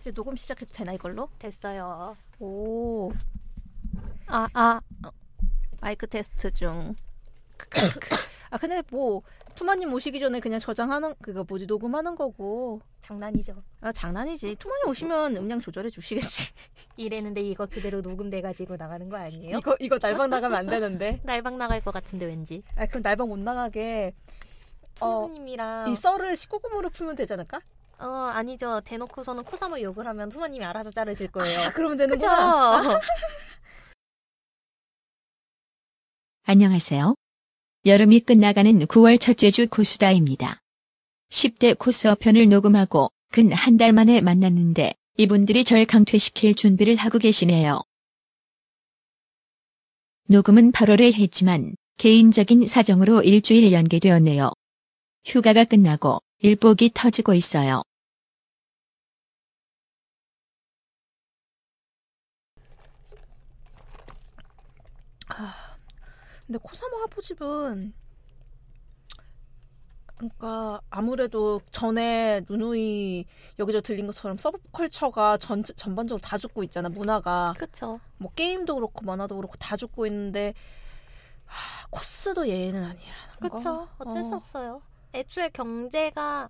이제 녹음 시작해도 되나 이걸로? 됐어요. 오. 아, 아. 어, 마이크 테스트 중. 아, 근데 뭐 투마님 오시기 전에 그냥 저장하는 그거 뭐지 녹음하는 거고. 장난이죠. 아, 장난이지. 투마님 오시면 음량 조절해 주시겠지. 이랬는데 이거 그대로 녹음돼가지고 나가는 거 아니에요? 이거 이거 날방 나가면 안 되는데. 날방 나갈 것 같은데 왠지. 아, 그럼 날방 못 나가게 어, 투모님이랑 이 썰을 19금으로 풀면 되지 않을까? 어 아니죠. 대놓고서는 코삼을 욕을 하면 투모님이 알아서 자르실 거예요. 아, 그러면 그죠? 되는구나. 안녕하세요. 여름이 끝나가는 9월 첫째 주 코수다입니다. 10대 코스어 편을 녹음하고 근 한 달 만에 만났는데 이분들이 절 강퇴시킬 준비를 하고 계시네요. 녹음은 8월에 했지만 개인적인 사정으로 일주일 연기되었네요. 휴가가 끝나고 일복이 터지고 있어요. 근데 코사모 화보집은 그러니까 아무래도 전에 누누이 여기저기 들린 것처럼 서브컬처가 전 전반적으로 다 죽고 있잖아 문화가 그쵸. 뭐 게임도 그렇고 만화도 그렇고 다 죽고 있는데 하, 코스도 예외는 아니라는 거. 그쵸. 어쩔 수 어. 없어요. 애초에 경제가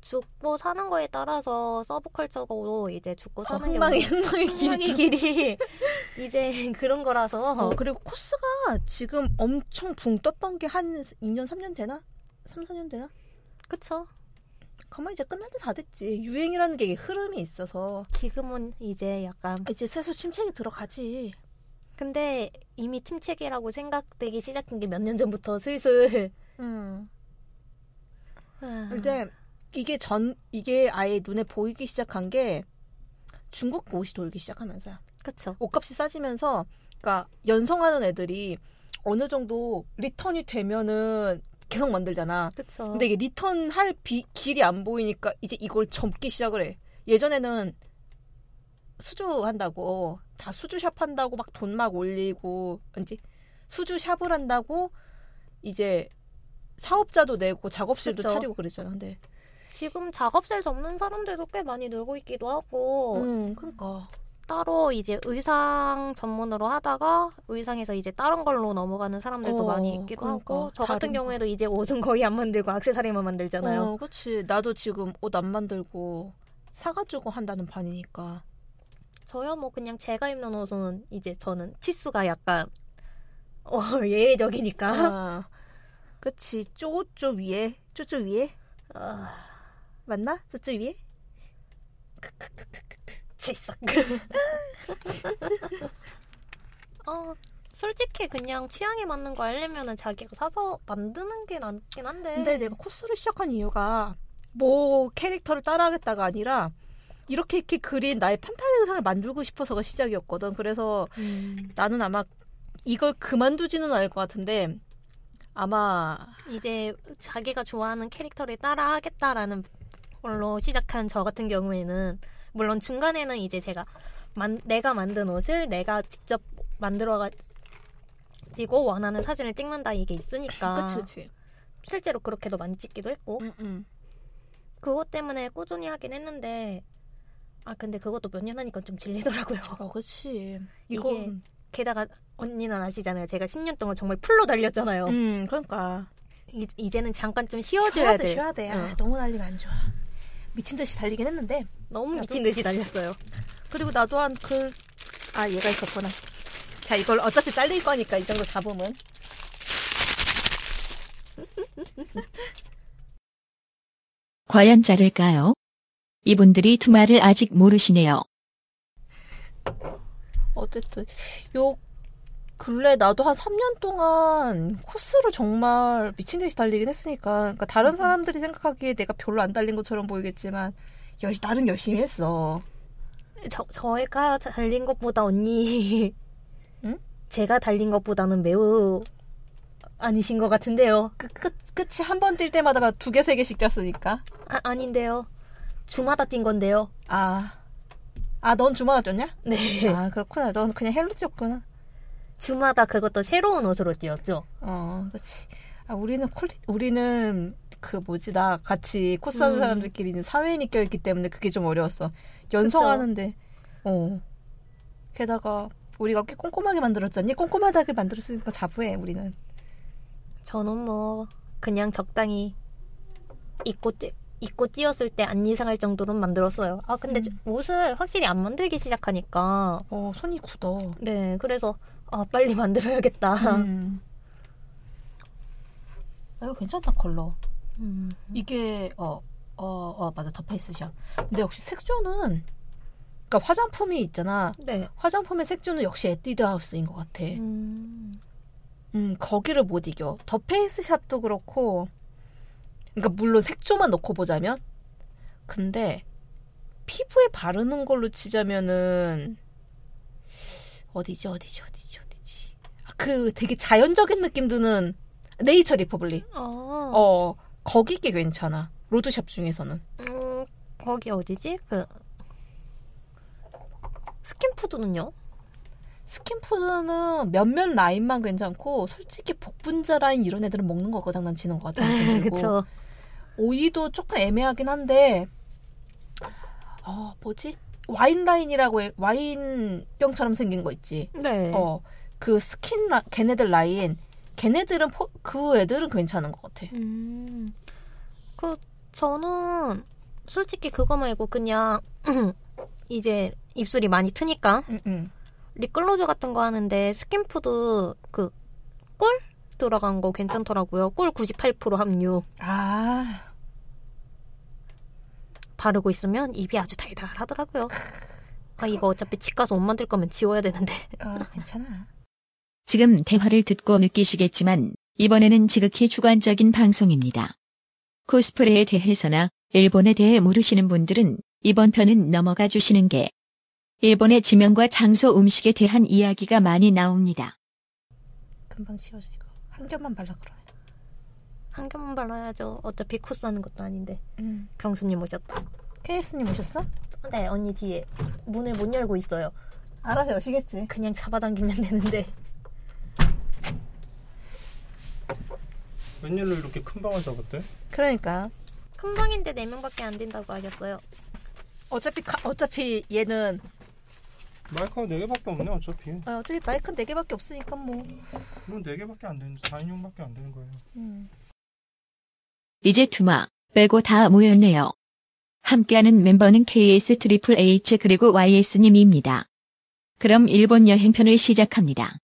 죽고 사는 거에 따라서 서브컬처로 이제 죽고 어, 사는 게 흥망이 흥망의 뭐- 길이 흥망의 길이 이제 그런 거라서 어, 그리고 코스가 지금 엄청 붕 떴던 게 한 2년 3년 되나? 3, 4년 되나? 그쵸. 가만 이제 끝날 때 다 됐지. 유행이라는 게 이게 흐름이 있어서 지금은 이제 약간 이제 슬슬 침체기 들어가지. 근데 이미 침체기라고 생각되기 시작한 게 몇 년 전부터 슬슬 음. 근데 이게 전 이게 아예 눈에 보이기 시작한 게 중국 옷이 돌기 시작하면서요. 그쵸. 옷값이 싸지면서 그러니까 연성하는 애들이 어느 정도 리턴이 되면은 계속 만들잖아. 그쵸. 근데 이게 리턴할 비- 길이 안 보이니까 이제 이걸 접기 시작을 해. 예전에는 수주한다고 다 수주샵 한다고 막 돈 막 올리고 뭔지 수주샵을 한다고 이제 사업자도 내고 작업실도 그쵸. 차리고 그랬잖아. 근데 지금 작업실 접는 사람들도 꽤 많이 늘고 있기도 하고 음, 그러니까. 따로 이제 의상 전문으로 하다가 의상에서 이제 다른 걸로 넘어가는 사람들도 어, 많이 있기도 그러니까. 하고 저 다른 같은 거. 경우에도 이제 옷은 거의 안 만들고 액세서리만 만들잖아요. 어, 그렇지. 나도 지금 옷 안 만들고 사가지고 한다는 반이니까. 저야 뭐 그냥 제가 입는 옷은 이제 저는 치수가 약간 어, 예외적이니까 아, 그치. 쪼쪼 위에, 쪼쪼 위에 어, 맞나? 쪼쪼 위에? 칠삭. 어, 솔직히 그냥 취향에 맞는 거 알려면은 자기가 사서 만드는 게 낫긴 한데. 근데 내가 코스를 시작한 이유가 뭐 캐릭터를 따라하겠다가 아니라 이렇게 이렇게 그린 나의 판타지 의상을 만들고 싶어서가 시작이었거든. 그래서 음, 나는 아마 이걸 그만두지는 않을 것 같은데 아마 이제 자기가 좋아하는 캐릭터를 따라 하겠다라는 걸로 시작한 저 같은 경우에는 물론 중간에는 이제 제가 만, 내가 만든 옷을 내가 직접 만들어 가지고 원하는 사진을 찍는다 이게 있으니까 어, 그치. 실제로 그렇게도 많이 찍기도 했고 응, 응. 그것 때문에 꾸준히 하긴 했는데 아 근데 그것도 몇 년 하니까 좀 질리더라고요. 어, 그치. 이게- 이거 게다가 언니는 아시잖아요. 제가 10년 동안 정말 풀로 달렸잖아요. 음, 그러니까. 이, 이제는 잠깐 좀 쉬어줘야 돼. 쉬어야 돼. 아, 응. 너무 달리면 안 좋아. 미친 듯이 달리긴 했는데. 너무 나도. 미친 듯이 달렸어요. 그리고 나도 한 그, 아, 얘가 있었구나. 자, 이걸 어차피 잘릴 거니까, 이 정도 잡으면. 과연 자를까요? 이분들이 투마를 아직 모르시네요. 어쨌든, 요, 근래 나도 한 3년 동안 코스를 정말 미친 듯이 달리긴 했으니까, 그러니까 다른 사람들이 생각하기에 내가 별로 안 달린 것처럼 보이겠지만, 열, 나름 열심히 했어. 저 저희가 달린 것보다 언니 응? 제가 달린 것보다는 매우 아니신 것 같은데요. 끝, 끝, 끝이 한 번 뛸 때마다 막 두 개, 세 개씩 뛰었으니까. 아, 아닌데요. 주마다 뛴 건데요. 아. 아, 넌 주마다 뛰었냐? 네. 아, 그렇구나. 넌 그냥 헬로 뛰었구나. 주마다 그것도 새로운 옷으로 뛰었죠. 어, 그렇지. 아, 우리는 퀄리, 우리는 그 뭐지 나 같이 코스하는 음. 사람들끼리 는 사회인이 껴있기 때문에 그게 좀 어려웠어. 연성하는데 어 게다가 우리가 꽤 꼼꼼하게 만들었잖니 꼼꼼하다게 만들었으니까 자부해 우리는. 저는 뭐 그냥 적당히 입고 띄, 입고 띄었을 때 안 이상할 정도로 만들었어요. 아 근데 저- 옷을 확실히 안 만들기 시작하니까 어 손이 굳어. 네 그래서 아 빨리 만들어야겠다. 음. 아, 이거 괜찮다 컬러. 음. 이게 어 어 어 맞아 더 페이스샵. 근데 역시 색조는 그러니까 화장품이 있잖아. 네. 화장품의 색조는 역시 에뛰드 하우스인 것 같아. 음. 음, 거기를 못 이겨. 더 페이스샵도 그렇고, 그러니까 물론 색조만 놓고 보자면, 근데 피부에 바르는 걸로 치자면은 어디지 어디지 어디지 어디지. 아, 그 되게 자연적인 느낌 드는 네이처 리퍼블릭. 어. 어, 거기 게 괜찮아. 로드샵 중에서는. 음, 거기 어디지? 그 스킨푸드는요? 스킨푸드는 몇몇 라인만 괜찮고 솔직히 복분자 라인 이런 애들은 먹는 거 거장 난치는 거 같아. 그쵸. 오이도 조금 애매하긴 한데 어 뭐지 와인 라인이라고 해, 와인 병처럼 생긴 거 있지 네. 어 그 스킨 라, 걔네들 라인 걔네들은 포, 그 애들은 괜찮은 것 같아 음. 그 저는 솔직히 그거 말고 그냥 이제 입술이 많이 트니까 응응 립글로즈 같은 거 하는데 스킨푸드 그 꿀 들어간 거 괜찮더라고요. 꿀 98% 함유 아 바르고 있으면 입이 아주 달달하더라고요. 아 이거 어차피 집 가서 옷 만들 거면 지워야 되는데. 어, 괜찮아 지금 대화를 듣고 느끼시겠지만 이번에는 지극히 주관적인 방송입니다. 코스프레에 대해서나 일본에 대해 모르시는 분들은 이번 편은 넘어가 주시는 게 일본의 지명과 장소 음식에 대한 이야기가 많이 나옵니다. 금방 씌워져 이거 한 겹만 발라 그러면 한 겹만 발라야죠. 어차피 코스 하는 것도 아닌데. 음 경수님 오셨다. 케이스님 오셨어 네, 언니 뒤에 문을 못 열고 있어요. 알아서 여시겠지 그냥 잡아당기면 되는데. 웬일로 이렇게 큰 방을 잡았대? 그러니까 큰 방인데 4명밖에 안 된다고 하셨어요. 어차피 가, 어차피 얘는 마이크가 4개밖에 없네 어차피 어, 어차피 마이크는 4 개밖에 없으니까 뭐 그럼 4개밖에 안 되는 4인용밖에 안 되는 거예요 음. 이제 투마 빼고 다 모였네요. 함께하는 멤버는 KS 트리플 H 그리고 YS님입니다. 그럼 일본 여행편을 시작합니다.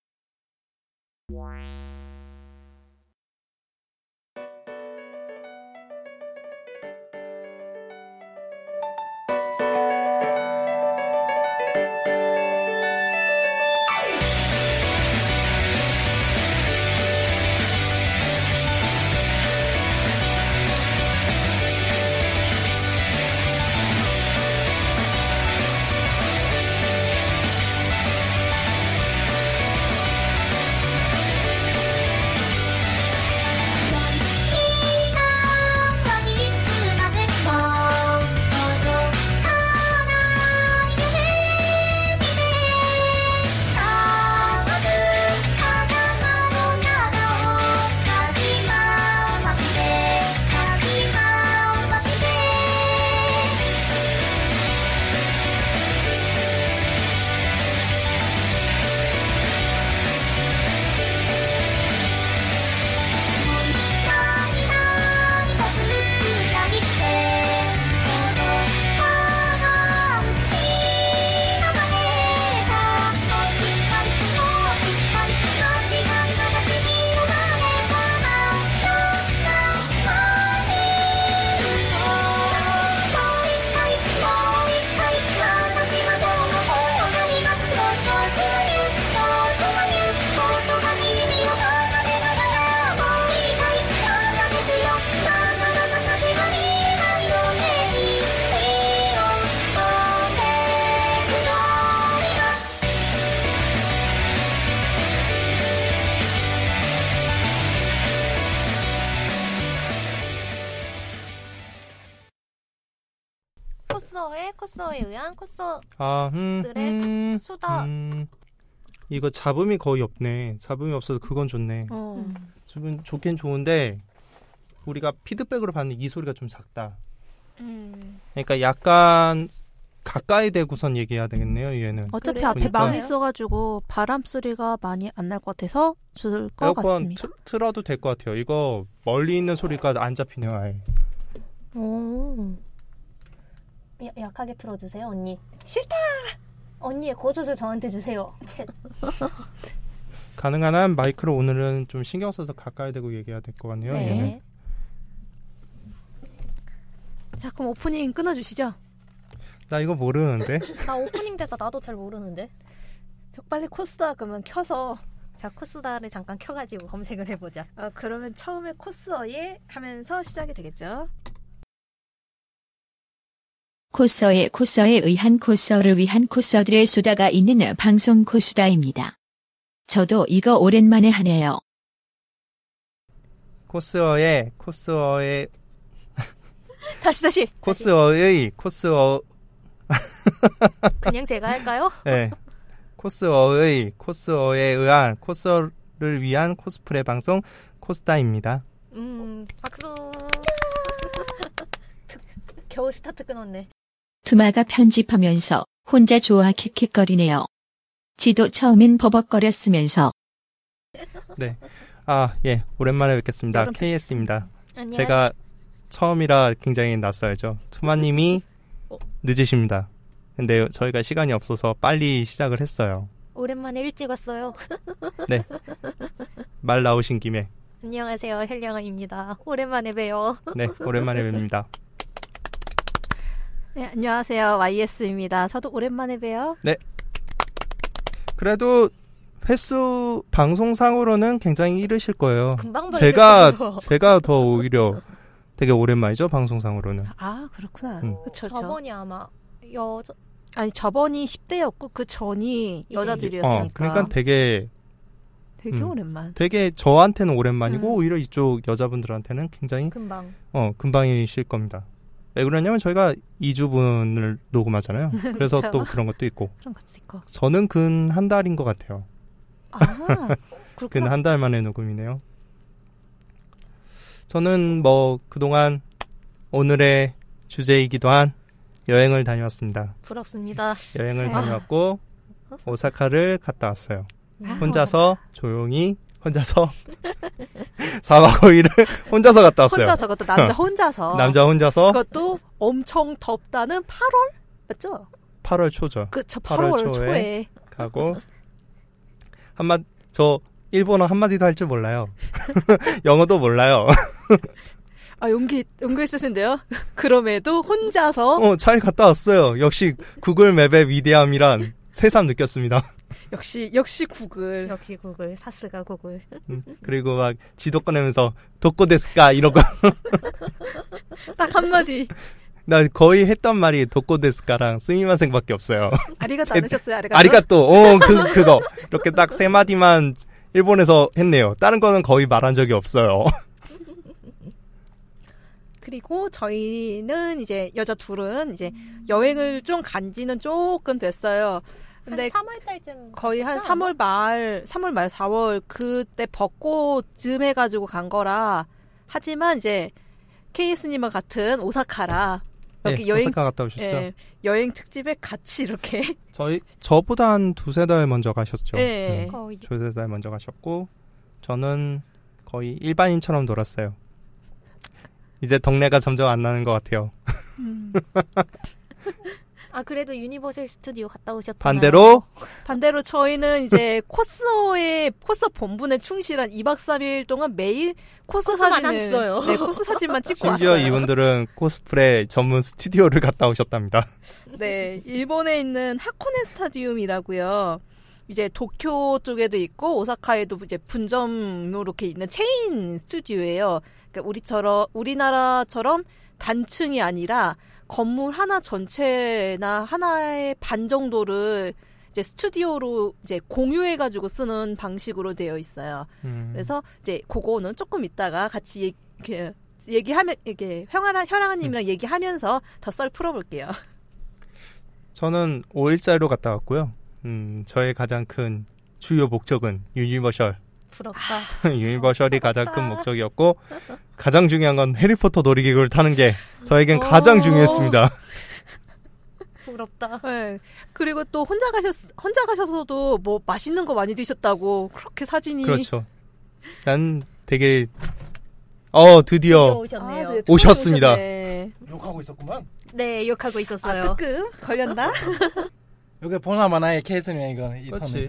코스어의 코스어에 의한 코스들의 아, 음, 음, 수다. 음. 이거 잡음이 거의 없네 잡음이 없어서 그건 좋네 어. 좋은, 좋긴 좋은데 우리가 피드백으로 받는 이 소리가 좀 작다. 음. 그러니까 약간 가까이 대고선 얘기해야 되겠네요. 얘는 어차피 그래요? 앞에 그러니까. 망이 있어가지고 바람 소리가 많이 안 날 것 같아서 줄 것 에어컨 같습니다. 틀, 틀어도 될 것 같아요. 이거 멀리 있는 소리가 안 잡히네요. 아예. 오. 야- 약하게 틀어주세요 언니 싫다 언니의 고조절 저한테 주세요 제- 가능한 한 마이크로 오늘은 좀 신경 써서 가까이 대고 얘기해야 될 것 같네요. 얘는. 네. 자 그럼 오프닝 끊어주시죠. 나 이거 모르는데. 나 오프닝 대사 나도 잘 모르는데. 저 빨리 코스다 그러면 켜서 자 코스다를 잠깐 켜가지고 검색을 해보자. 어, 그러면 처음에 코스어예 하면서 시작이 되겠죠. 코서의 코서에 의한 코서를 위한 코서들의 수다가 있는 방송 코수다입니다. 저도 이거 오랜만에 하네요. 코스어의 코스어의 다시 다시. 코스어의 코스어 그냥 제가 할까요? 네. 코스어의 코스어에 의한 코스어를 위한 코스프레 방송 코스다입니다. 음 박수. 겨우 스타트 끊었네. 투마가 편집하면서 혼자 좋아 킥킥거리네요. 지도 처음엔 버벅거렸으면서 아, 예. 오랜만에 뵙겠습니다. 여름 KS입니다. 안녕. 제가 처음이라 굉장히 낯설죠. 투마 님이 어? 늦으십니다. 근데 저희가 시간이 없어서 빨리 시작을 했어요. 오랜만에 일찍 왔어요. 말 나오신 김에. 안녕하세요 헬령아입니다. 오랜만에 봬요. 네, 오랜만에 뵙니다. 네, 안녕하세요 YS입니다. 저도 오랜만에 봬요. 그래도 횟수 방송상으로는 굉장히 이르실 거예요. 금방 아, 제가 벌써 제가 더 오히려 되게 오랜만이죠, 방송상으로는. 아 그렇구나. 음. 그쵸, 저 저번이 아마 여자 아니 저번이 10대였고 그 전이 여자들이었으니까. 어, 그러니까 되게 되게 음. 오랜만. 되게 저한테는 오랜만이고 음. 오히려 이쪽 여자분들한테는 굉장히 금방. 어 금방이실 겁니다. 왜 그러냐면 저희가 2주분을 녹음하잖아요. 그래서 그쵸. 또 그런 것도 있고 그런 것도 있고. 저는 근 한 달인 것 같아요. 아 근 그렇구나. 한 달 만에 녹음이네요. 저는 뭐 그동안 오늘의 주제이기도 한 여행을 다녀왔습니다. 부럽습니다. 여행을 아. 다녀왔고 오사카를 갔다 왔어요. 아, 혼자서 조용히 혼자서 4박 5일을 혼자서 갔다 왔어요. 혼자서 어. 그것도 남자 혼자서. 남자 혼자서 그것도 엄청 덥다는 8월 맞죠? 8월 초죠. 그쵸 8월 8월, 초에. 초에. 가고 한마 저 일본어 한마디도 할 줄 몰라요. 영어도 몰라요. 아 용기 용기 있으신데요? 그럼에도 혼자서 어, 잘 갔다 왔어요. 역시 구글 맵의 위대함이란 새삼 느꼈습니다. 역시 역시 구글. 역시 구글 사스가 구글. 음, 그리고 막 지도 꺼내면서 도코데스까 이러고 딱 한마디 나 거의 했던 말이 도코데스까랑 스미마생밖에 없어요. 아리가또 제- 안 하셨어요 아리가또? 아리가또. 어, 그 그거. 이렇게 딱 세 마디만 일본에서 했네요. 다른 거는 거의 말한 적이 없어요. 그리고 저희는 이제 여자 둘은 이제 여행을 좀 간지는 조금 됐어요. 근데 3월달쯤 거의 한 진짜? 3월 말, 3월 말, 4월 그때 벚꽃쯤 해가지고 간 거라. 하지만 이제 케이스님과 같은 오사카라 여기 네, 여행 오사카 갔다 오셨죠? 예, 여행 특집에 같이 이렇게 저희 저보다 한 두세 달 먼저 가셨죠. 음, 예. 거의 두세 달 먼저 가셨고 저는 거의 일반인처럼 놀았어요. 이제 동네가 점점 안 나는 것 같아요. 아 그래도 유니버설 스튜디오 갔다 오셨잖아요. 반대로 반대로 저희는 이제 코스어의 코스 본분에 충실한 2박 3일 동안 매일 코스 코스만 사진을 안 써요. 네, 코스 사진만 찍고 심지어 왔어요. 이분들은 코스프레 전문 스튜디오를 갔다 오셨답니다. 네, 일본에 있는 하코네 스타디움이라고요. 이제 도쿄 쪽에도 있고 오사카에도 이제 분점으로 이렇게 있는 체인 스튜디오예요. 그러니까 우리처럼 우리나라처럼 단층이 아니라 건물 하나 전체나 하나의 반 정도를 이제 스튜디오로 이제 공유해가지고 쓰는 방식으로 되어 있어요. 음, 그래서 이제 그거는 조금 이따가 같이 얘기, 이렇게 얘기하면 이렇게 형아랑 현아님이랑 얘기하면서 더 썰 풀어볼게요. 저는 5일짜리로 갔다 왔고요. 음, 저의 가장 큰 주요 목적은 유니버셜 부럽다. 유니버셜이 가장 큰 목적이었고 가장 중요한 건 해리포터 놀이기구를 타는 게 저에겐 가장 오. 중요했습니다. 부럽다. 네. 그리고 또 혼자 가셨 혼자 가셔서도 뭐 맛있는 거 많이 드셨다고 그렇게 사진이 그렇죠. 난 되게 어 드디어 오셨네요. 아, 네. 네, 두 오셨습니다. 분 오셨네. 욕하고 있었구만. 욕하고 아, 있었어요. 뜨끔 걸렸나? 요게 보나 마나의 케이스네요 이거는 이 그렇지.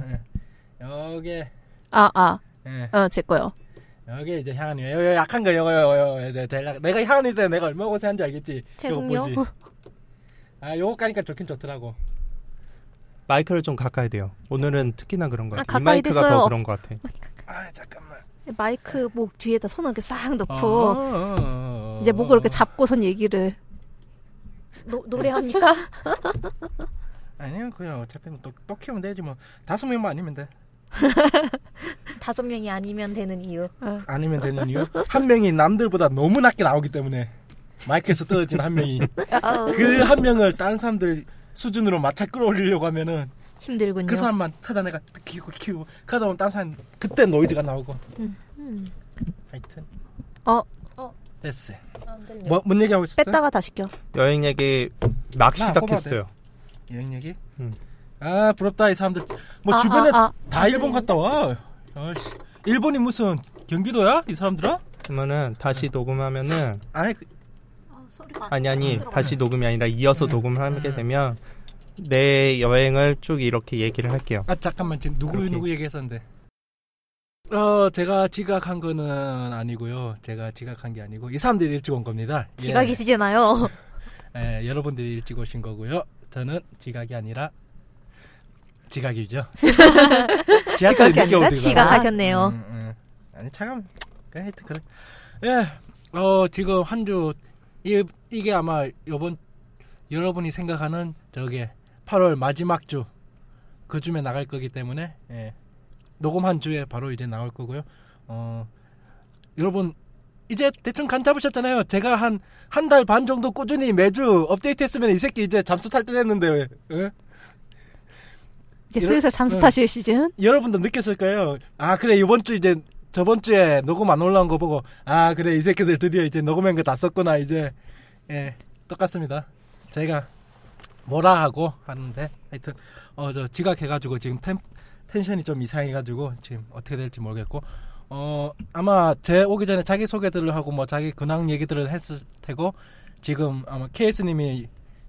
턴은. 예. 요게 아, 아. 예. 어, 제 거요. 요게 이제 향이 요, 요 약한 거 요거 요거 요거 요, 요, 대략 내가 향이 때 내가 얼마나 고생한지 알겠지. 죄송요. 요거 보지. 아 요거 까니까 좋긴 좋더라고. 마이크를 좀 가까이 대요. 오늘은 특히나 그런 것 아, 같아. 이 가까이 마이크가 댔어요. 더 그런 것 같아. 아 잠깐만. 마이크 목 뒤에다 손을 이렇게 싹 아. 넣고 어. 이제 목을 이렇게 잡고선 얘기를 그, 노, 노래합니까? 아니요 그냥 어차피 또, 또 키우면 되지 뭐 다섯 명만 아니면 돼 다섯 명이 아니면 되는 이유. 아니면 되는 이유 한 명이 남들보다 너무 낮게 나오기 때문에 마이크에서 떨어진 한 명이 그 한 명을 다른 사람들 수준으로 마차 끌어올리려고 하면은 힘들군요. 그 사람만 찾아내가 또 키우고 키우고 그러다 보면 다른 사람 그때 노이즈가 나오고 하여튼 음. 어. 어. 됐어 안 들려. 뭐, 뭔 얘기하고 있었어? 뺐다가 다시 껴. 여행 얘기 막 나안 뽑아도 시작했어요. 여행 얘기? 응. 아 부럽다 이 사람들 뭐 아, 주변에 아, 아. 다 일본 갔다 와 아이씨 일본이 무슨 경기도야? 이 사람들아? 그러면은 아. 다시 녹음하면은 아니 그, 아니 아니 다시 녹음이 아니라 이어서 녹음을 하게 되면 내 여행을 쭉 이렇게 얘기를 할게요. 아 잠깐만 지금 누구 그렇게. 누구 얘기했었는데 어 제가 지각한 거는 아니고요 제가 지각한 게 아니고 이 사람들이 일찍 온 겁니다 예. 지각이시잖아요. 예, 여러분들이 일찍 오신 거고요 저는 지각이 아니라 지각이죠 지각이 지하철이 늦게 아니라 오더라고요. 지각하셨네요. 음, 음. 아니 참 그래, 하여튼 그래 예어 지금 한 주 이게 아마 요번 여러분이 생각하는 저게 8월 마지막 주 그쯤에 나갈 거기 때문에 예. 녹음 한 주에 바로 이제 나올 거고요 어 여러분 이제 대충 간 잡으셨잖아요 제가 한 한 달 반 정도 꾸준히 매주 업데이트 했으면 이 새끼 이제 잠수 탈 때 됐는데 왜 예? 이제 이런- 음. 슬슬 잠수 응. 타실 시즌. 여러분도 느꼈을 거예요. 아 그래 이번 주 이제 저번 주에 녹음 안 올라온 거 보고 아 그래 이 새끼들 드디어 이제 녹음한 거 다 썼구나 이제 예 똑같습니다. 저희가 뭐라 하고 하는데 하여튼 어 저 지각해가지고 지금 텐, 텐션이 좀 이상해가지고 지금 어떻게 될지 모르겠고 어 아마 제 오기 전에 자기 소개들을 하고 뭐 자기 근황 얘기들을 했을 테고 지금 아마 케이스님이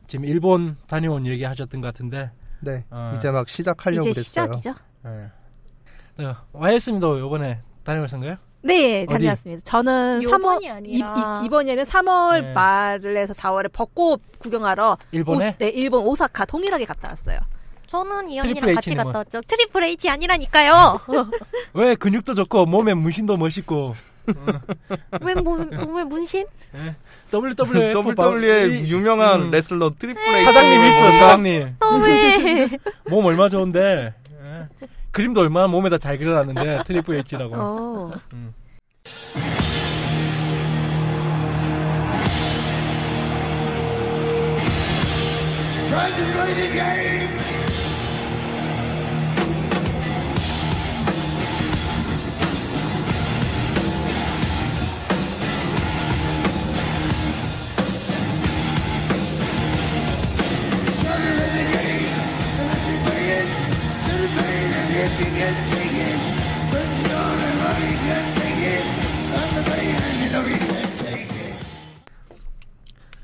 지금 일본 다녀온 얘기 하셨던 것 같은데 네, 아. 이제 막 시작하려고 이제 그랬어요. 시작이죠. 네. 와이스님도 요번에 다녀오신가요? 네, 어디? 다녀왔습니다. 저는 요번이 3월 이, 아니라. 번에는 3월 네. 말에서 4월에 벚꽃 구경하러 오, 일본에? 네, 일본 오사카 동일하게 갔다 왔어요. 저는 이 트리플 언니랑 같이 H는 갔다 왔죠. 트리플 H 아니라니까요. 왜 근육도 좋고 몸에 문신도 멋있고 왜 몸, 몸에 문신? WWF WWE의 유명한 네, 음. 레슬러 트리플 H 사장님 있어 사장님 너무해. 몸 얼마 좋은데 예. 그림도 얼마나 몸에다 잘 그려놨는데 트리플 H라고 어.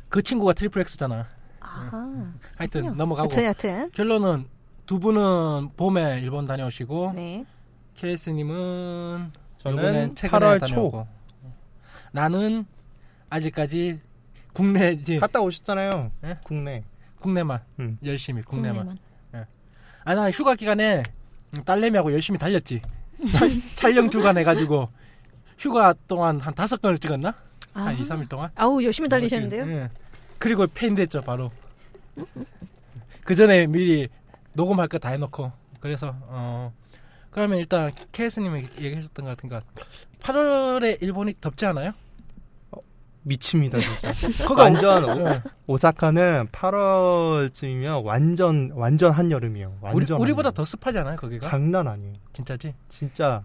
그 친구가 트리플 X잖아 예. 아. 하여튼 넘어가고 여튼 여튼. 결론은 두 분은 봄에 일본 다녀오시고 네. 케이스님은 저는 최근에 8월 초 다녀오고. 나는 아직까지 국내 지금 갔다 오셨잖아요. 네? 국내. 국내만 음. 열심히 국내만. 아 나 휴가 기간에 딸내미하고 열심히 달렸지. 촬- 촬영 주간 해가지고 휴가 동안 한 다섯 건을 찍었나? 아. 한 2, 3일 동안. 아우, 열심히 달리셨는데요. 예. 그리고 페인됐죠 바로. 그 전에 미리 녹음할 거 다 해놓고 그래서 어 그러면 일단 케이스님이 얘기하셨던 것 같은가 8월에 일본이 덥지 않아요? 미칩니다 진짜. 그거 완전 오- 예. 오사카는 8월쯤이면 완전 완전 한 여름이에요. 우리 완전 우리보다 한여름. 더 습하지 않아요 거기가? 장난 아니에요. 진짜지? 진짜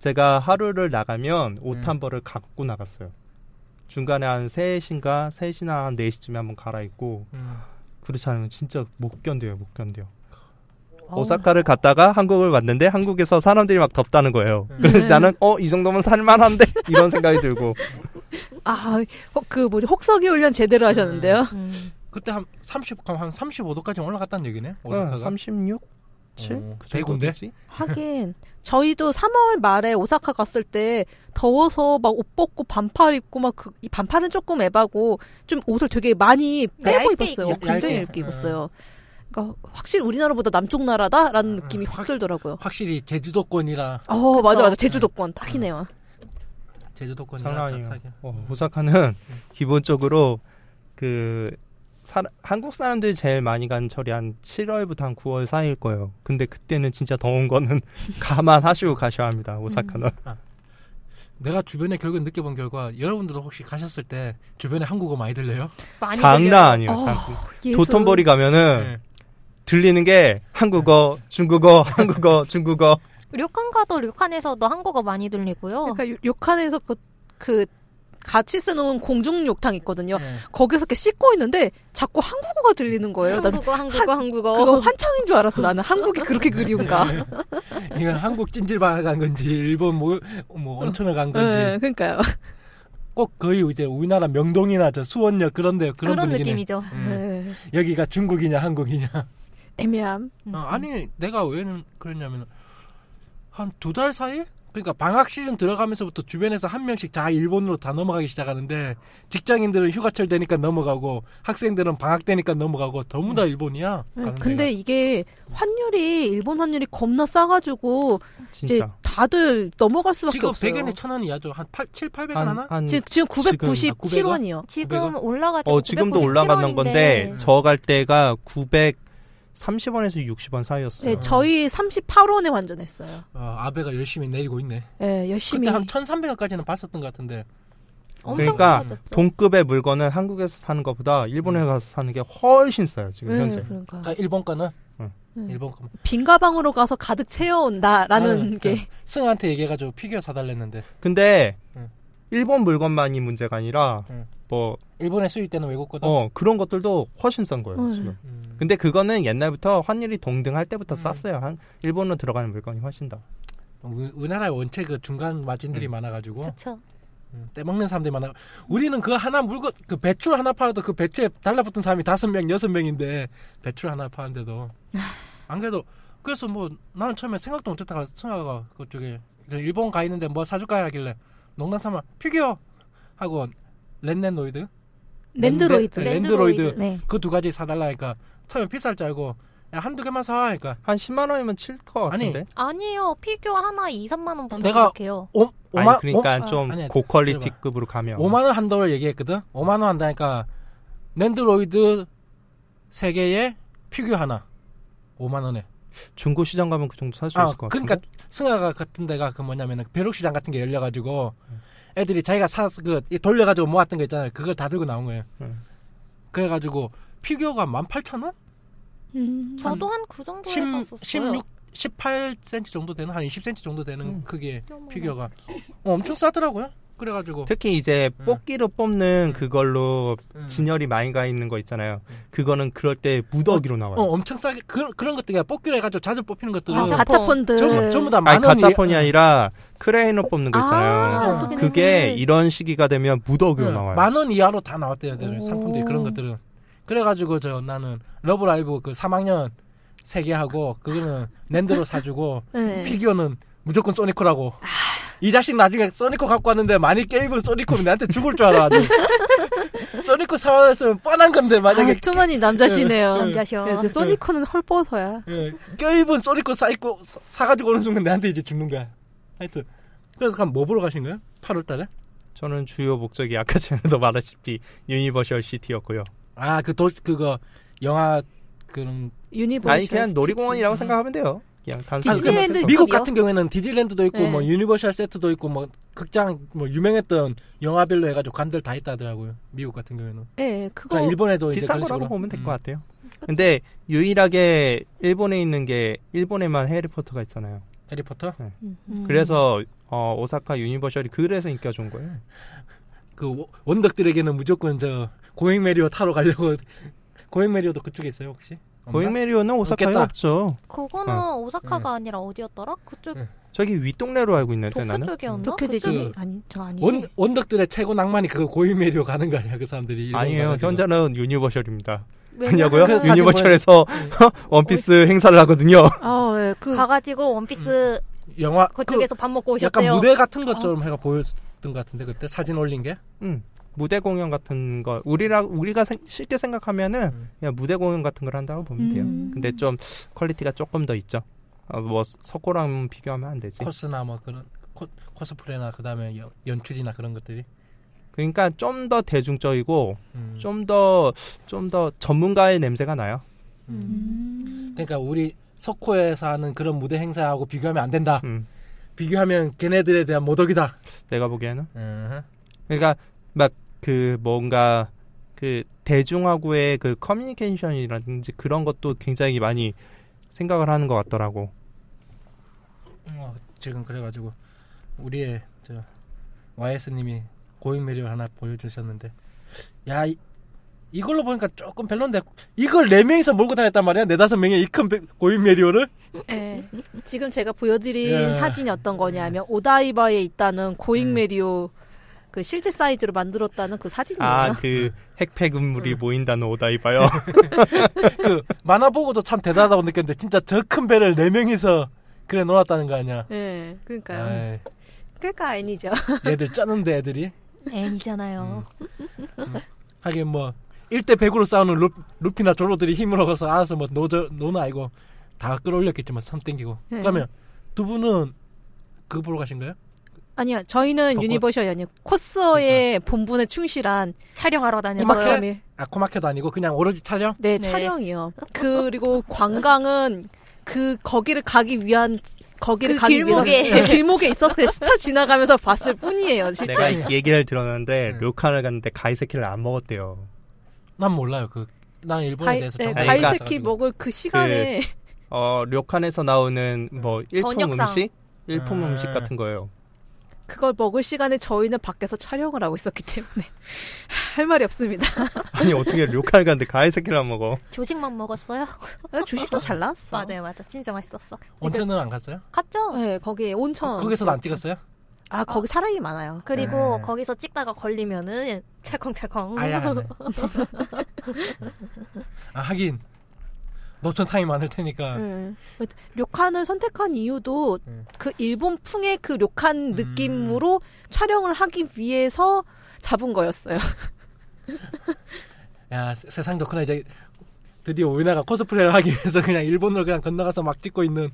제가 하루를 나가면 옷 네. 음. 한 벌을 갖고 나갔어요. 중간에 한 3시인가 3시나 한 4시쯤에 한번 갈아입고 음. 그렇지 않으면 진짜 못 견뎌요. 못 견뎌요. 어우, 오사카를 갔다가 한국을 왔는데 한국에서 사람들이 막 덥다는 거예요. 음. 그래서 나는 어 이 정도면 살만한데 이런 생각이 들고 아, 혹- 그 뭐지 혹서기 훈련 제대로 하셨는데요. 음. 그때 한 30, 그럼 한 35도까지 올라갔다는 얘기네. 오사카가. 어, 36, 7? 어, 그 대구인데? 정도겠지? 하긴 저희도 3월 말에 오사카 갔을 때 더워서 막 옷 벗고 반팔 입고 막 그 이 반팔은 조금 애바고 좀 옷을 되게 많이 빼고 얇게 입었어요. 입- 굉장히 얇게. 얇게 입었어요. 그러니까 확실히 우리나라보다 남쪽 나라다라는 느낌이 확 들더라고요. 확실히 제주도권이라 어 맞아 맞아 제주도권 딱이네요. 제주도권이라 장난 아니에요. 착하게. 어, 오사카는 기본적으로 그 사- 한국 사람들이 제일 많이 간 철이 한 7월부터 한 9월 사이일 거예요. 근데 그때는 진짜 더운 거는 감안하시고 가셔야 합니다. 음, 오사카는. 내가 주변에 결국 느껴본 결과 여러분들도 혹시 가셨을 때 주변에 한국어 많이 들려요? 많이 장난 걸려요. 아니에요. 어, 장난. 예술. 도톤보리 가면은 네. 들리는 게 한국어, 중국어, 한국어, 중국어. 료칸 가도 료칸에서도 한국어 많이 들리고요. 그러니까 요- 욕한에서 그, 그 같이 쓰는 공중 욕탕 있거든요. 네. 거기서 이렇게 씻고 있는데 자꾸 한국어가 들리는 거예요. 난 한국어 한국어 한국어. 그거 환청인 줄 알았어. 나는 한국이 그렇게 그리운가. 이건 한국 찜질방을 간 건지 일본 뭐, 뭐 온천을 간 건지 네, 그러니까요. 꼭 거의 이제 우리나라 명동이나 저 수원역 그런데 그런, 그런, 분위기네. 느낌이죠. 예. 네. 여기가 중국이냐 한국이냐. 애매함. 음. 어, 아니 내가 왜 그랬냐면 한 두 달 사이? 그러니까 방학 시즌 들어가면서부터 주변에서 한 명씩 다 일본으로 다 넘어가기 시작하는데 직장인들은 휴가철 되니까 넘어가고 학생들은 방학 되니까 넘어가고 전부 다 일본이야. 네, 가는 근데 데가. 이게 환율이 일본 환율이 겁나 싸가지고 이제 진짜. 다들 넘어갈 수밖에 지금 없어요. 100엔에 1000원이 야죠. 한 8, 7, 800원 한- 하나? 한- 지금 지금 지금 997원이요. 지금 올라가지고 어, 지금도 올라가는 건데 저 갈 때가 930원에서 60원 사이였어요. 네, 저희 38원에 환전했어요. 어, 아베가 열심히 내리고 있네. 네, 열심히. 그때 한 1300원까지는 봤었던 것 같은데. 엄청 그러니까 높아졌죠. 동급의 물건은 한국에서 사는 것보다 일본에 음. 가서 사는 게 훨씬 싸요 지금 네, 현재. 그러니까. 아, 일본 거는 응. 음. 일본 거. 빈 가방으로 가서 가득 채워온다라는 나는 게 그 승한테 얘기해가지고 피규어 사달랬는데 근데 응. 일본 물건만이 문제가 아니라 응. 뭐 일본에 수입되는 외국 거다. 어, 그런 것들도 훨씬 싼 거예요. 응. 지금. 음. 근데 그거는 옛날부터 환율이 동등할 때부터 음. 쌌어요. 한 일본으로 들어가는 물건이 훨씬 더. 우- 뭐 우리나라의 원체 그 중간 마진들이 많아가지고 그렇죠. 음, 떼먹는 사람들이 많아. 우리는 그 하나 물건 그 배추 하나 팔아도 그 배추에 달라붙은 사람이 다섯 명 여섯 명인데 배추 하나 파는데도 아. 안 그래도 그래서 뭐 나는 처음에 생각도 못했다가 승아가 그쪽에 저 일본 가 있는데 뭐 사줄까 하길래 농담 삼아 피규어 하고 렌넨노이드 랜드로이드. 네, 랜드로이드 네. 그 두 가지 사달라니까 처음에 비쌀 줄 알고 야, 한두 개만 사 하니까 한 10만 원이면 칠것 아니, 같은데. 아니에요. 피규어 하나 2, 3만 원부터 내가- 시작해요. 오, 아니, 오만 오- 그러니까 좀 아니야, 고퀄리티급으로 가면 5만 원 한다고 얘기했거든. 5만 원 한다니까 랜드로이드 세 개에 피규어 하나. 5만 원에. 중고 시장 가면 그 정도 살 수 아, 있을 것 같은데. 그러니까 승아가 같은 데가 그 뭐냐면 벼룩 시장 같은 게 열려 가지고 애들이 자기가 사그 돌려 가지고 모았던 거 있잖아요. 그걸 다 들고 나온 거예요. 음. 그래 가지고 피규어가 18,000원? 음. 저도 한 그 정도에 10 샀었어요. 16 18cm 정도 되는 한 20cm 정도 되는 음. 크기의 어머나. 피규어가 아, 어, 엄청 싸더라고요. 그래 가지고 특히 이제 음. 뽑기로 뽑는 음. 그걸로 진열이 많이 가 있는 거 있잖아요. 그거는 그럴 때 무더기로 나와요. 어, 엄청 싸게 그, 그런 것들이 뽑기로 해 가지고 자주 뽑히는 것들은 아, 가짜 폰들. 전부, 전부 다 아니 만원 가짜폰이 아니라 크레인으로 뽑는 거 있잖아요. 아, 어. 그게 이런 시기가 되면 무더기로 나와요. 네. 만원 이하로 다 나왔대요 애들 오. 상품들이 그런 것들은 그래가지고 저 나는 러브라이브 그 3학년 세 개 하고 그거는 랜드로 사주고 네. 피규어는 무조건 소니코라고 이 자식 나중에 소니코 갖고 왔는데 많이 게임을 소니코 내한테 죽을 줄 알아 소니코 사와했으면 뻔한 건데 만약에 아, 투만이 남자시네요. 남자셔. 그래서 소니코는 헐벗어야. 예, 껴입은 소니코 사입고 사- 사가지고 오는 순간 내한테 이제 죽는 거야 하여튼 그래서 그럼 뭐 보러 가신 거예요? 8월달에? 저는 주요 목적이 아까 전에도 말했다시피 유니버셜 시티였고요. 아 그 도 그거 영화 그런 유니버셜. 아니 그냥 놀이공원이라고 스튜디오. 생각하면 돼요. 그냥 단순히 음. 디즈니랜드 생각해서. 아, 뭐 미국 급이요? 같은 경우에는 디즈니랜드도 있고 네. 뭐 유니버셜 세트도 있고 뭐 극장 뭐 유명했던 영화별로 해가지고 관들 다 있다 하더라고요. 미국 같은 경우에는. 예, 그거 그러니까 일본에도 이제 비싼 그런 거라고 식으로. 보면 될 것 음. 같아요. 근데 유일하게 일본에 있는 게 일본에만 해리포터가 있잖아요. 해리포터? 음. 그래서 어, 오사카 유니버셜이 그래서 인기가 좋은 거예요. 그 원- 원덕들에게는 무조건 저 고잉 메리오 타러 가려고 고잉 메리오도 그쪽에 있어요 혹시? 없나? 고잉 메리오는 오사카에 없겠다. 없죠. 그거는 어. 오사카가 아니라 어디였더라? 그쪽 응. 저기 윗동네로 알고 있는데 도쿄 나는. 쪽이었나? 어, 도쿄대지 그쪽이- 아니 저 아니지. 원 원덕들의 최고 낭만이 그거 고잉 메리오 가는 거 아니야 그 사람들이? 일본 아니에요. 가가지고. 현재는 유니버셜입니다. 왜냐면 아니냐고요? 그 유니버셜에서 뭐 어, 원피스 행사를 하거든요. 아, 예. 그 가가지고 원피스 영화 그 그쪽에서 밥 먹고 약간 오셨대요. 무대 같은 것처럼 해가 보였던 것 같은데 그때 사진 올린 게 음, 무대 공연 같은 거 우리라 우리가 생- 쉽게 생각하면은 음. 그냥 무대 공연 같은 걸 한다고 보면 돼요. 근데 좀 퀄리티가 조금 더 있죠. 아, 뭐 석고랑 비교하면 안 되지. 코스나 뭐 그런 코, 코스프레나 그다음에 여- 연출이나 그런 것들이 그러니까 좀 더 대중적이고 음. 좀 더 좀 더 전문가의 냄새가 나요. 음. 그러니까 우리 석호에서 하는 그런 무대 행사하고 비교하면 안 된다. 음, 비교하면 걔네들에 대한 모독이다. 내가 보기에는 그러니까 막 그 뭔가 그 대중하고의 그 커뮤니케이션이라든지 그런 것도 굉장히 많이 생각을 하는 것 같더라고. 어, 지금 그래가지고 우리의 저 YS님이 고잉 메리얼 하나 보여주셨는데 야 이, 걸로 보니까 조금 별론데 이걸 네 명이서 몰고 다녔단 말이야 네 다섯 명의 이 큰 고잉 메리얼을 예. 지금 제가 보여드린 예. 사진이 어떤 거냐면 오다이바에 있다는 예. 고잉 메리오 그 실제 사이즈로 만들었다는 그 사진이에요. 아 그 핵폐금물이 모인다는 오다이바요. 그 만화 보고도 참 대단하다고 느꼈는데 진짜 저 큰 배를 네 명이서 그래 놀았다는 거 아니야? 예. 그러니까요. 네. 아이, 그러니까 아니죠. 얘들 짜는데 애들이 N이잖아요. 하긴 뭐 1대 100으로 싸우는 루, 루피나 조로들이 힘을 얻어서 알아서 뭐 노저 노나 이거 다 끌어올렸겠지만 선 땡기고 네. 그러면 두 분은 그거 보러 가신 거예요? 아니요. 저희는 벚꽃. 유니버셜이 아니고 코스어의 그러니까. 본분에 충실한 촬영하러 네, 이마크? 다녔어요. 이마크에? 사람이 아 코마켓도 아니고 그냥 오로지 촬영? 네, 네. 촬영이요. 그리고 관광은 그 거기를 가기 위한 거기를 그 가기 길목에. 위해서 그 길목에 있어서 그냥 스쳐 지나가면서 봤을 뿐이에요. 실제. 내가 얘기를 들었는데 음. 료칸을 갔는데 가이세키를 안 먹었대요. 난 몰라요. 그난 일본에 가이, 대해서 네, 정말 가이- 가이세키 몰라가지고. 먹을 그 시간에 어 료칸에서 나오는 뭐 일품 저녁상. 음식, 일품 아. 음식 같은 거예요. 그걸 먹을 시간에 저희는 밖에서 촬영을 하고 있었기 때문에 할 말이 없습니다. 아니 어떻게 료칸을 갔는데 가이세키를 안 먹어? 조식만 먹었어요. 조식도 아, 잘 나왔어. 맞아요, 맞아. 진짜 맛있었어. 온천은 안 갔어요? 그, 갔죠? 네, 거기 온천. 거기서도 안 찍었어요? 아, 거기 사람이 많아요. 그리고 네. 거기서 찍다가 걸리면은 찰컹찰컹. 아야. 네. 안 해. 아 하긴 노천 타임 많을 테니까 네. 료칸을 선택한 이유도 음. 그 일본 풍의 그 료칸 느낌으로 촬영을 하기 위해서 잡은 거였어요. 야 세- 세상 좋구나 이제 드디어 오이나가 코스프레를 하기 위해서 그냥 일본으로 그냥 건너가서 막 찍고 있는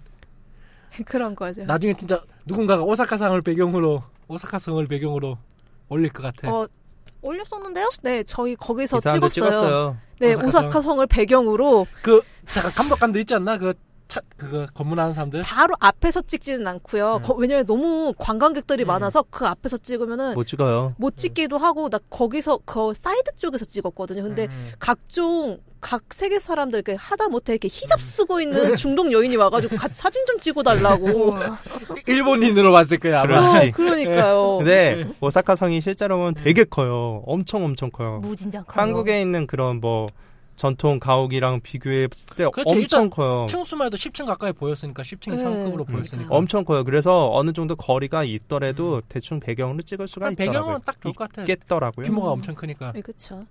그런 거죠. 나중에 진짜 누군가가 오사카상을 배경으로 오사카성을 배경으로 올릴 것 같아. 어, 올렸었는데요? 네, 저희 거기서 이 사람도 찍었어요. 찍었어요. 네, 오사카성. 오사카 성을 배경으로 그 잠깐 감독관도 있지 않나? 그 차, 그거 검문하는 사람들. 바로 앞에서 찍지는 않고요. 네. 거- 왜냐면 너무 관광객들이 네. 많아서 그 앞에서 찍으면은 못 찍어요. 못 찍기도 하고 나 거기서 그 사이드 쪽에서 찍었거든요. 근데 음. 각종 각 세계 사람들 이렇게 하다 못해 이렇게 히잡 쓰고 있는 중동 여인이 와가지고 같이 사진 좀 찍어 달라고. 어. 일본인으로 봤을 거야. 아마. 그렇지. 그러니까요. 근데 오사카 성이 실제로 보면 되게 커요. 엄청 엄청 커요. 무진장 커요. 어. 한국에 있는 그런 뭐 전통 가옥이랑 비교했을 때 그렇죠. 엄청 일단 커요. 층수만 해도 10층 가까이 보였으니까 10층이 어. 네. 상급으로 음. 보였으니까. 엄청 커요. 그래서 어느 정도 거리가 있더라도 대충 배경으로 찍을 수가 그냥 음. 배경은 있더라고요. 딱 좋을 것 같아. 있겠더라고요. 규모가 엄청 크니까. 네, 그쵸.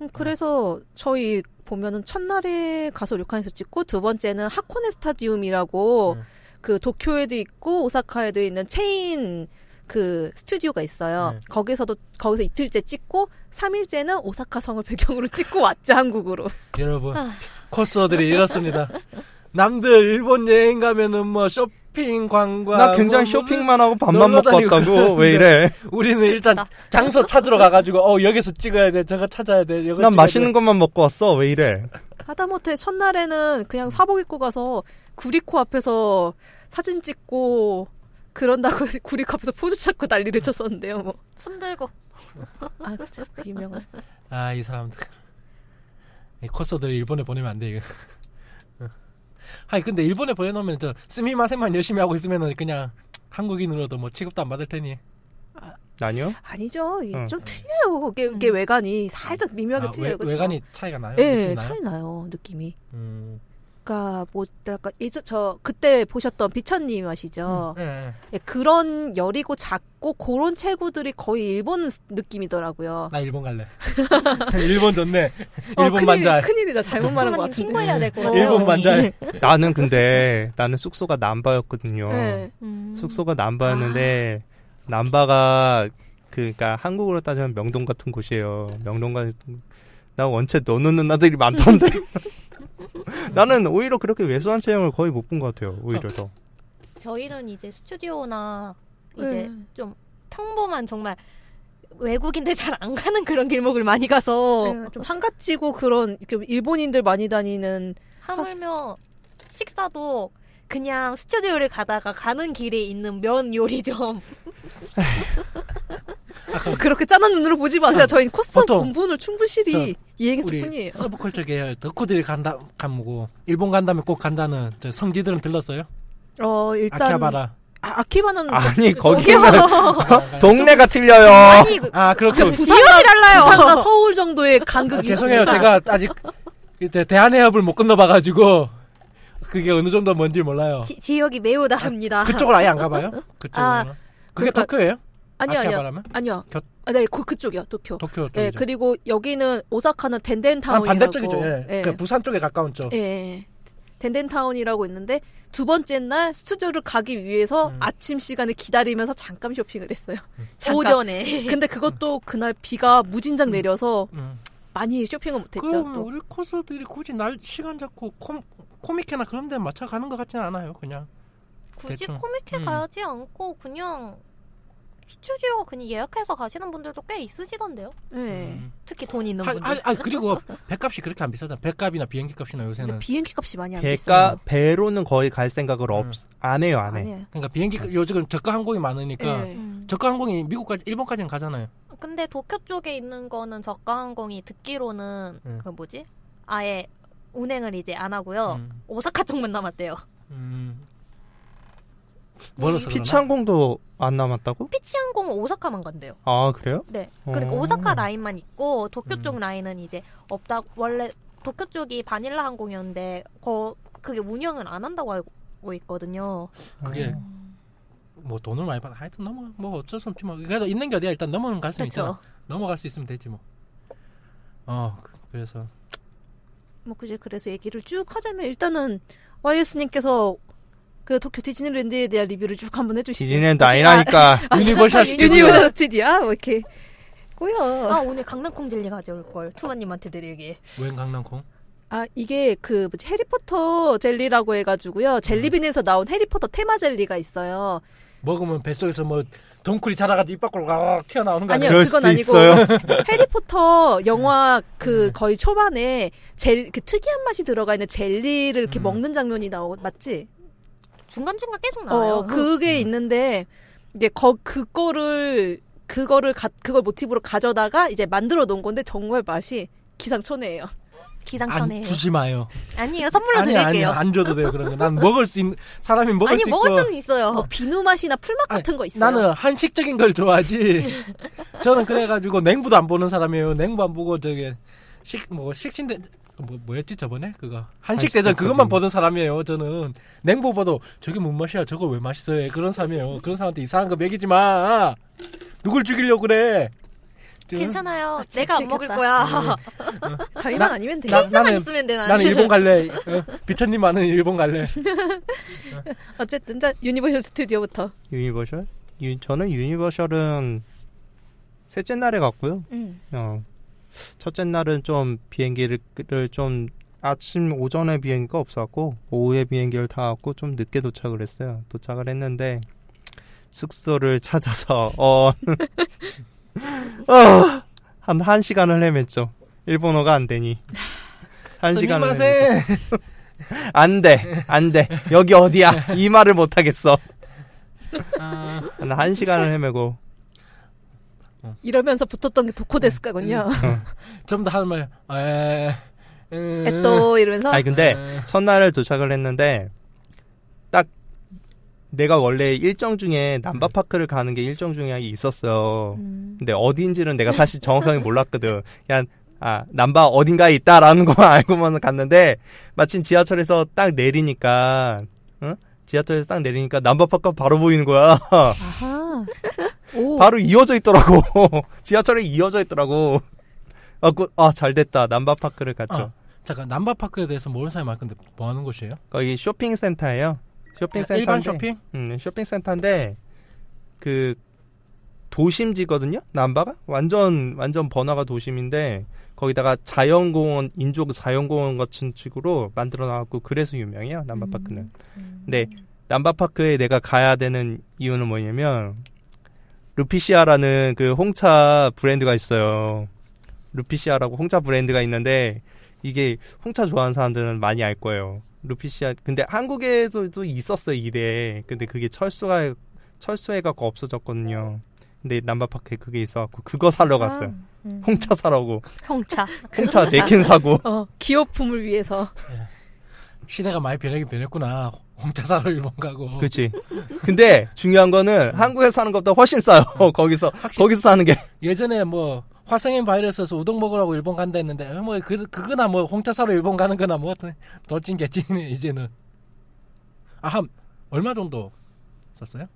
음, 그래서 저희 보면은 첫날에 가서 료칸에서 찍고 두 번째는 하코네 스타디움이라고 네. 그 도쿄에도 있고 오사카에도 있는 체인 그 스튜디오가 있어요. 네. 거기서도 거기서 이틀째 찍고 삼일째는 오사카 성을 배경으로 찍고 왔죠 한국으로. 여러분 아. 코스어들이 이렇습니다. 남들 일본 여행 가면은 뭐 쇼핑 관광. 나 굉장히 뭐 무슨- 쇼핑만 하고 밥만 놀러 먹고 다니고 왔다고 왜 이래? 우리는 일단 장소 찾으러 가가지고 어 여기서 찍어야 돼, 저거 찾아야 돼. 이거 난 찍어야 맛있는 것만 먹고 왔어 왜 이래? 하다못해 첫날에는 그냥 사복 입고 가서 구리코 앞에서 사진 찍고 그런다고 구리코 앞에서 포즈 찾고 난리를 쳤었는데요. 뭐. 순들고. 아, 그쵸. 그 유명한. 아 이 사람들 이 코스들 일본에 보내면 안 돼 이거 하이 근데 일본에 보내놓으면 저 스미마셍만 열심히 하고 있으면은 그냥 한국인으로도 뭐 취급도 안 받을 테니. 아니요? 아니죠. 이게 어. 좀 틀려요. 이게, 이게 외관이 살짝 미묘하게 아, 틀려요. 외, 그죠? 외관이 차이가 나요? 예, 느낌 나요? 차이 나요. 느낌이. 음. 그러니까 뭐랄까 예전 저 그때 보셨던 비천님 아시죠? 예, 예. 예, 그런 여리고 작고 그런 체구들이 거의 일본 느낌이더라고요. 나 일본 갈래. 일본 좋네. 어, 일본 큰일- 만자. 큰일이다. 잘못 말한 부모님 것 같은데. 신고해야 될 거. 일본 만자. 예, 나는 근데 나는 숙소가 남바였거든요. 네. 음. 숙소가 남바였는데 아. 남바가 그니까 그러니까 한국으로 따지면 명동 같은 곳이에요. 명동가 나 원체 너는 누나들이 많던데 나는 오히려 그렇게 왜소한 체형을 거의 못 본 것 같아요. 오히려 더. 저희는 이제 스튜디오나 이제 네. 좀 평범한 정말 외국인들 잘 안 가는 그런 길목을 많이 가서 예, 좀 한가지고 그런 좀 일본인들 많이 다니는 하물며 식사도 그냥 스튜디오를 가다가 가는 길에 있는 면 요리점 그렇게 짠한 눈으로 보지 마세요. 저희 코스 보통 본분을 충분히 이행했을 우리 뿐이에요. 서브컬처 계열 덕후들이 간다 간고 일본 간다면 꼭 간다는 저 성지들은 들렀어요. 어 일단 아키하바라. 아, 아키바는 아니 거기는 동네가 틀려요. 아니 아 그렇죠. 부산이 그 달라요. 부산과 서울 정도의 간극이 아, 죄송해요. 있습니다. 제가 아직 이제 대한해협을 못 건너봐가지고 그게 어느 정도 뭔지 몰라요. 지, 지역이 매우 다릅니다. 그쪽을 아예 안 가봐요? 그쪽은 아, 그게 그러니까- 도쿄예요? 아니요 아니요 아키하바라면 아니요. 곁- 아, 네, 그, 그쪽이요, 도쿄. 도쿄 쪽이죠. 예, 그리고 여기는 오사카는 아, 덴덴타운이라고. 반대쪽이죠. 예. 예. 그러니까 부산 쪽에 가까운 쪽. 예, 예. 덴덴타운이라고 있는데 두 번째 날 스튜디오를 가기 위해서 음. 아침 시간에 기다리면서 잠깐 쇼핑을 했어요. 잠깐. 오전에 근데 그것도 그날 비가 무진장 내려서 음. 많이 쇼핑을 못했죠. 그럼 또. 우리 코스들이 굳이 날 시간 잡고 콤, 코믹회나 그런 데 맞춰 가는 것 같지는 않아요. 그냥 굳이 대충. 코믹에 음. 가지 않고 그냥 스튜디오 그냥 예약해서 가시는 분들도 꽤 있으시던데요. 예. 음. 특히 돈 있는 아, 분들. 아, 아, 그리고 배값이 그렇게 안 비싸다. 배값이나 비행기 값이나 근데 요새는 비행기 값이 많이 안 배가 비싸요. 배로는 거의 갈 생각을 음. 없 안 해요 안 해. 아니에요. 그러니까 비행기 값- 요즘 저가 항공이 많으니까 예. 음. 저가 항공이 미국까지 일본까지는 가잖아요. 근데 도쿄 쪽에 있는 거는 저가항공이 듣기로는 음. 그 뭐지? 아예 운행을 이제 안 하고요. 음. 오사카 쪽만 남았대요. 음. 멀어서 그러나? 피치항공도 안 남았다고? 피치항공 은 오사카만 간대요. 아 그래요? 네. 그러니까 오. 오사카 라인만 있고 도쿄 어. 음. 쪽 라인은 이제 없다. 원래 도쿄 쪽이 바닐라 항공이었는데 거 그게 운영을 안 한다고 알고 있거든요. 그게 뭐 돈을 많이 받아 하여튼 넘어 뭐 어쩔 수 없지 뭐 그래도 있는 게 어디야 일단 넘어는 갈 수 있잖아 그렇죠. 넘어갈 수 있으면 되지 뭐. 뭐어 그래서 뭐 그제 그래서 얘기를 쭉 하자면 일단은 YS님께서 그 도쿄 디즈니랜드에 대한 리뷰를 쭉 한번 해주시죠. 디즈니랜드 아니라니까 유니버셜 스튜디오 유니버셜 스튜디오 뭐 이렇게 고요. 아 오늘 강낭콩 젤리 가져올 걸 투마님한테 드리게. 웬 강낭콩 아 이게 그 뭐지 해리포터 젤리라고 음. 해가지고요 젤리빈에서 나온 해리포터 테마 젤리가 있어요. 먹으면 뱃속에서 뭐 덩쿨이 자라가지고 입 밖으로 가 튀어나오는 거 아니야 아니요 그럴 그건 수도 아니고 있어요. 네. 해리포터 영화 그 음. 거의 초반에 젤 그 특이한 맛이 들어가 있는 젤리를 이렇게 음. 먹는 장면이 나오 맞지? 중간 중간 계속 나와요. 어 음. 그게 있는데 이제 거 그거를 그거를 가, 그걸 모티브로 가져다가 이제 만들어 놓은 건데 정말 맛이 아, 기상천외해요. 기상천외. 안 주지 마요 아니에요. 선물로 아니 아니 드릴게요. 안 줘도 돼요 그런 거난 먹을 수 있는 사람이 먹을 아니 수 먹을 있고 수는 있어요. 뭐 비누 맛이나 풀맛 아니, 같은 거 있어요. 나는 한식적인 걸 좋아하지 저는 그래가지고 냉부도 안 보는 사람이에요 냉부 안 보고 저게 식뭐 식신대 뭐, 뭐였지 저번에 그거 한식 대전 한식 대전. 그것만 보는 사람이에요 저는 냉부 보도 저게 뭔 맛이야 저거 왜 맛있어요 그런 사람이에요 그런 사람한테 이상한 거 먹이지 마 누굴 죽이려고 그래 저- 괜찮아요. 내가 안 먹을 거야. 저희만 나- 아니면 돼요. 나, 나만 나는 있으면 돼 나는. 나는 일본 갈래 어, 비천님만은 일본 갈래 어쨌든 자 유니버셜 스튜디오부터. 유니버셜? 유, 저는 유니버셜은 셋째 날에 갔고요. 어, 첫째 날은 좀 비행기를 좀 아침 오전에 비행기가 없었고 오후에 비행기를 타갖고 좀 늦게 도착을 했어요. 도착을 했는데 숙소를 찾아서 어, 어, 한 1시간을 헤맸죠. 일본어가 안 되니. 한 시간을 헤맸- 스미마셍. 안 돼. 안 돼. 여기 어디야? 이 말을 못 하겠어. 아, 한 1시간을 헤매고 이러면서 붙었던 게 도코데스카군요. 어. 좀 더 하는 말 에, 음, 아, 아, 네. 에또 이러면서 네. 아니 근데 에. 첫날을 도착을 했는데 딱 내가 원래 일정 중에 남바파크를 가는 게 일정 중에 있었어요. 근데 어디인지는 내가 사실 정확하게 몰랐거든. 그냥 아 남바 어딘가에 있다라는 거 알고만 갔는데 마침 지하철에서 딱 내리니까 응? 지하철에서 딱 내리니까 남바파크 바로 보이는 거야. 아하. 오. 바로 이어져 있더라고. 지하철에 이어져 있더라고. 아, 그, 아, 잘 됐다. 남바파크를 갔죠. 아. 잠깐 남바파크에 대해서 모르는 사람이 많을 건데 뭐 하는 곳이에요? 거기 쇼핑센터예요. 쇼핑센터 네, 일반 쇼핑? 음, 쇼핑센터인데 그 도심지거든요. 남바가 완전 완전 번화가 도심인데 거기다가 자연공원 인조 자연공원 같은 식으로 만들어 놨고 그래서 유명해요. 음, 남바파크는. 근데 남바파크에 내가 가야 되는 이유는 뭐냐면 루피시아라는 그 홍차 브랜드가 있어요. 루피시아라고 홍차 브랜드가 있는데 이게 홍차 좋아하는 사람들은 많이 알 거예요. 루피시아 근데 한국에서도 있었어요 이래. 근데 그게 철수가 철수해갖고 없어졌거든요. 근데 남바파크에 그게 있어갖고 그거 사러 갔어요. 홍차 사라고 아, 형차. 홍차 네캔 사고 어, 기업품을 위해서. 시대가 많이 변하긴 변했구나. 홍차 사러 일본 가고. 그렇지. 근데 중요한 거는 한국에 서 사는 것보다 훨씬 싸요. 거기서 거기서 사는 게 예전에 뭐 화성인 바이러스에서 우동 먹으라고 일본 간다 했는데 어, 뭐 그, 그거나 뭐 홍차 사러 일본 가는 거나 뭐 하여튼 돌진 개찐이네 이제는. 아함 얼마 정도 썼어요?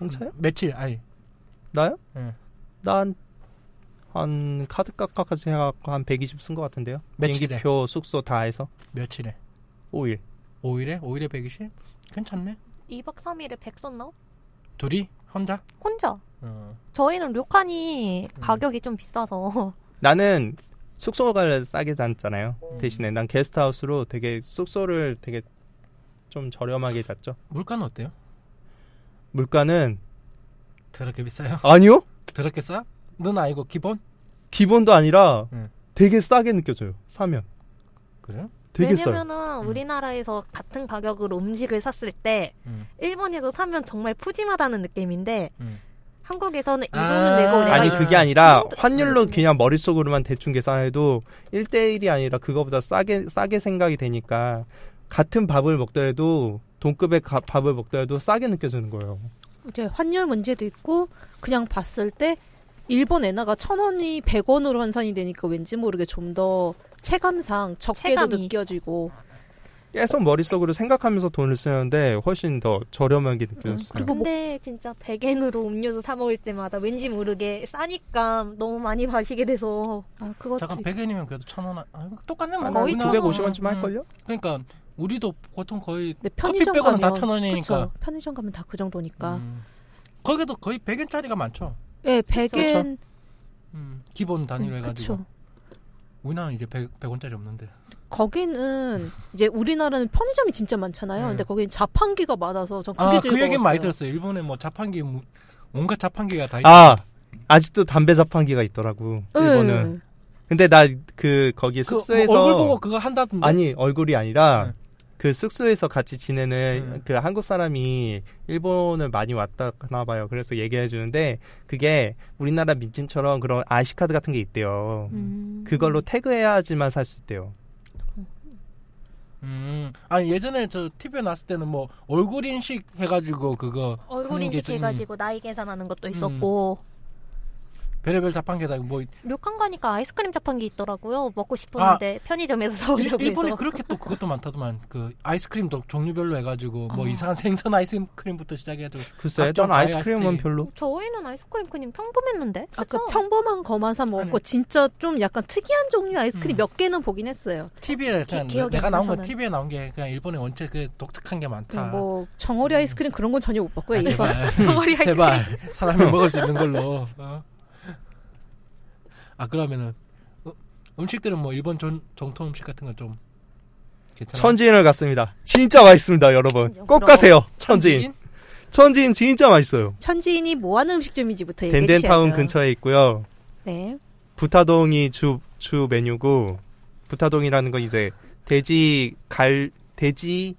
홍차요? 며칠 아니 나요? 응. 난, 한, 카드 깎아까지 해갖고 한 120 쓴 것 같은데요? 며칠에? 비행기표, 숙소 다 해서? 며칠에? 5일. 5일에? 5일에 120? 괜찮네. 2박 3일에 100 썼나? 둘이 혼자? 혼자. 어. 저희는 료칸이 가격이 좀 비싸서 나는 숙소가 싸게 잤잖아요. 대신에 난 게스트하우스로 되게 숙소를 되게 좀 저렴하게 잤죠. 물가는 어때요? 물가는, 더럽게 비싸요? 아니요? 더럽게 싸? 는 아니고 기본? 기본도 아니라 음. 되게 싸게 느껴져요. 사면. 그래요? 되게 싸요. 왜냐면은 우리나라에서 같은 가격으로 음식을 샀을 때 음. 일본에서 사면 정말 푸짐하다는 느낌인데 음. 한국에서는 이 아, 돈은 내고 내가 음. 아니 이- 그게 아니라 환율로 그냥 머릿속으로만 대충 계산해도 1대1이 아니라 그거보다 싸게 싸게 생각이 되니까 같은 밥을 먹더라도 동급의 가- 밥을 먹더라도 싸게 느껴지는 거예요. 이제 환율 문제도 있고 그냥 봤을 때 일본 엔화가 천 원이 백 원으로 환산이 되니까 왠지 모르게 좀 더 체감상 적게도 체감이. 느껴지고 계속 머릿속으로 생각하면서 돈을 쓰는데 훨씬 더 음, 저렴하게 그, 뭐 느껴졌어요. 뭐 근데 진짜 100엔으로 음료수 사 먹을 때마다 왠지 모르게 싸니까 너무 많이 마시게 돼서 아 그것도 잠깐 있- 100엔이면 그래도 1,000원 아, 똑같네 뭐 한 거의 950원쯤 할걸요? 그러니까 우리도 보통 거의 근데 커피 편의점 가면 빼고는 다 1,000원이니까 그쵸. 편의점 가면 다 그 정도니까 음. 거기도 거의 100엔짜리가 많죠 예 100엔 음, 기본 단위로 해가지고 그쵸 우리나라는 이제 100, 100원짜리 없는데 거기는 이제 우리나라는 편의점이 진짜 많잖아요 음. 근데 거긴 자판기가 많아서 전 그게 아 즐거웠어요 그 얘기는 많이 들었어요 일본에 뭐 자판기 뭐, 온갖 자판기가 다 있다 뭐 아 아직도 담배 자판기가 있더라고 예. 일본은. 근데 나 그 거기 그, 뭐 숙소에서 얼굴 보고 그거 한다던데 아니 얼굴이 아니라 네. 그 숙소에서 같이 지내는 네. 그 한국 사람이 일본을 많이 왔다나 봐요. 그래서 얘기해 주는데 그게 우리나라 민증처럼 그런 아시 카드 같은 게 있대요. 그걸로 태그해야지만 살 수 있대요. 음, 아니 예전에 저 TV에 나왔을 때는 뭐 얼굴 인식 해가지고 그거 얼굴 하는 게 있어요. 인식해가지고 나이 계산하는 것도 있었고 음, 별의별 자판기다 뭐 료칸 가니까 아이스크림 자판기 있더라고요 먹고 싶었는데 편의점에서 아. 일, 사오려고 본이 해서 그렇게 또 그것도 많다더만 그 아이스크림도 종류별로 해가지고 어. 뭐 이상한 생선 아이스크림부터 시작해가지고 글쎄, 각종 전 아이스크림은 아이스크림. 별로. 저희는 아이스크림 그냥 평범했는데 아까 그쵸? 그러니까 평범한 거만 사 먹고 아니. 진짜 좀 약간 특이한 종류 아이스크림 음. 몇 개는 보긴 했어요. TV에 그냥 기- 기억이 내가 안 나온 건 나서는. TV에 나온 게 그냥 일본의 원체 그 독특한 게 많다. 그냥 뭐 정어리 아이스크림 그런 건 전혀 못 봤고요. 아, 일반 제발, 덩어리 아이스크림. 제발 사람이 먹을 수 있는 걸로. 어. 아 그러면은 어, 음식들은 뭐 일본 전, 정통 음식 같은 건 좀 괜찮아. 천지인을 갔습니다. 진짜 맛있습니다, 여러분. 진짜 꼭 부러워. 가세요. 천지인. 천지인 진짜 맛있어요. 천지인이 뭐 하는 음식점인지부터 얘기해 주셔야죠. 덴덴타운 근처에 있고요. 네. 부타동이 주, 주 메뉴고, 부타동이라는 건 이제 돼지 갈, 돼지,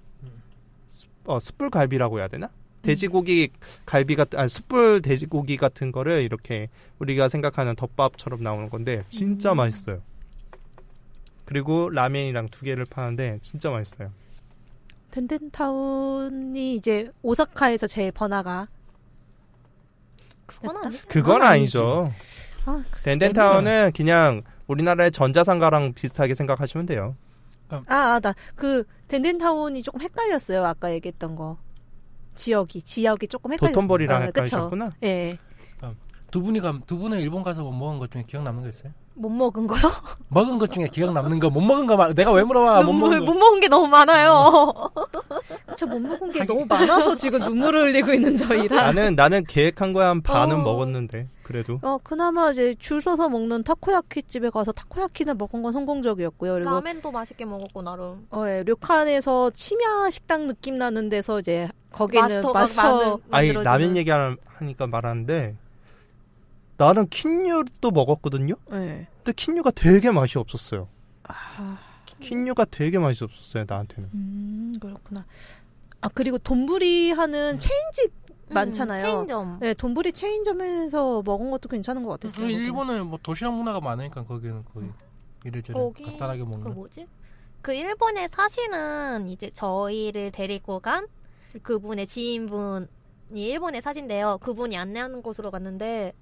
어, 숯불 갈비라고 해야 되나? 음. 돼지고기 갈비 같은, 아니, 숯불 돼지고기 같은 거를 이렇게 우리가 생각하는 덮밥처럼 나오는 건데, 음. 진짜 맛있어요. 그리고 라면이랑 두 개를 파는데, 진짜 맛있어요. 덴덴타운이 이제 오사카에서 제일 번화가. 그건 아니죠. 그건 아니죠. 아, 그- 덴덴타운은 그냥 우리나라의 전자상가랑 비슷하게 생각하시면 돼요. 아, 아, 나 그 덴덴타운이 조금 헷갈렸어요. 아까 얘기했던 거. 지역이 지역이 조금 헷갈렸어요. 도톤보리랑 아, 헷갈리셨구나. 그쵸? 예. 두 분이 감, 두 분은 일본 가서 뭐 먹은 것 중에 기억 남는 거 있어요? 못 먹은 거요? 먹은 것 중에 기억 남는 거, 못 먹은 거 말. 내가 왜 물어봐? 아, 못 눈물 먹은 못 거. 먹은 게 너무 많아요. 저 못 먹은 게 너무 많아서 지금 눈물을 흘리고 있는 저희라. 나는 나는 계획한 거야 한 반은 어. 먹었는데 그래도 어, 그나마 이제 줄 서서 먹는 타코야키 집에 가서 타코야키는 먹은 건 성공적이었고요. 그리고 라멘도 맛있게 먹었고 나름. 어, 예, 료칸에서 침야 식당 느낌 나는 데서 이제 거기는 마스터가 마스터 많은 아니 만들어지는- 라면 얘기하니까 말하는데 나는 킨류도 먹었거든요. 예. 근데 킨류가 되게 맛이 없었어요. 아, 킨류가 되게 맛이 없었어요 나한테는. 음, 그렇구나. 아, 그리고 돈부리 음. 하는 체인집 음, 많잖아요. 체인점. 예, 돈부리 체인점에서 먹은 것도 괜찮은 것 같았어요. 음, 일본은 뭐 도시락 문화가 많으니까 거기는 거의 이래저래 거기- 간단하게 그 먹는. 뭐지? 그 일본에 사시는 이제 저희를 데리고 간 그분의 지인분이 일본에 사신데요. 그분이 안내하는 곳으로 갔는데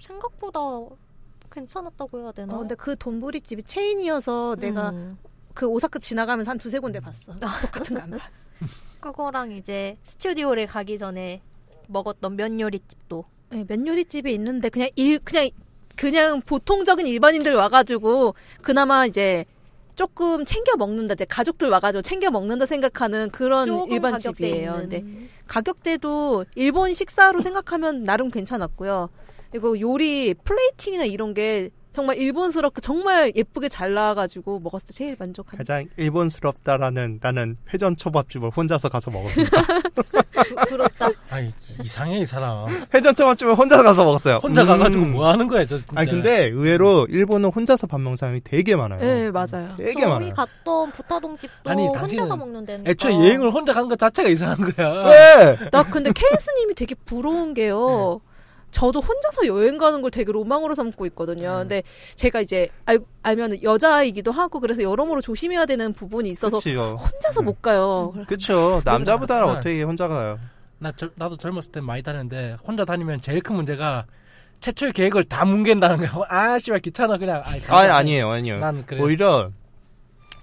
생각보다 괜찮았다고 해야 되나? 어, 근데 그 돈부리 집이 체인이어서 내가 음. 그 오사카 지나가면서 한 두세 군데 봤어. 똑같은 거 안 봐. 그거랑 이제 스튜디오를 가기 전에 먹었던 면 요리집도 예, 면 요리집이 있는데 그냥 일 그냥 그냥 보통적인 일반인들 와가지고 그나마 이제 조금 챙겨 먹는다 이제 가족들 와가지고 챙겨 먹는다 생각하는 그런 조금 일반 가격대에 집이에요. 네. 있는. 근데 가격대도 일본 식사로 생각하면 나름 괜찮았고요. 그리고 요리 플레이팅이나 이런 게 정말 일본스럽고 정말 예쁘게 잘 나와가지고 먹었을 때 제일 만족한. 가장 일본스럽다라는 나는 회전 초밥집을 혼자서 가서 먹었습니다. 부럽다. 아니 이상해 이 사람. 회전 초밥집을 혼자 가서 먹었어요. 혼자 음. 가가지고 뭐 하는 거야 음. 저. 진짜. 아니 근데 의외로 일본은 혼자서 밥 먹는 사람이 되게 많아요. 네 맞아요. 되게 저희 많아요. 갔던 부타동 집도 아니, 혼자서 당신은 먹는 데니까. 애초에 여행을 혼자 간 것 자체가 이상한 거야. 왜? 나 근데 케이스님이 되게 부러운 게요. 저도 혼자서 여행 가는 걸 되게 로망으로 삼고 있거든요. 근데 제가 이제 알, 알면 여자이기도 하고 그래서 여러모로 조심해야 되는 부분이 있어서 그렇죠. 혼자서 네. 못 가요. 그쵸. 남자보다는 그렇구나. 어떻게 혼자 가요? 나 절- 나도 젊었을 땐 많이 다녔는데 혼자 다니면 제일 큰 문제가 최초의 계획을 다 뭉갠다는 거야. 아 씨발 귀찮아 그냥. 아이, 아 아니에요, 아니에요. 난 그래. 오히려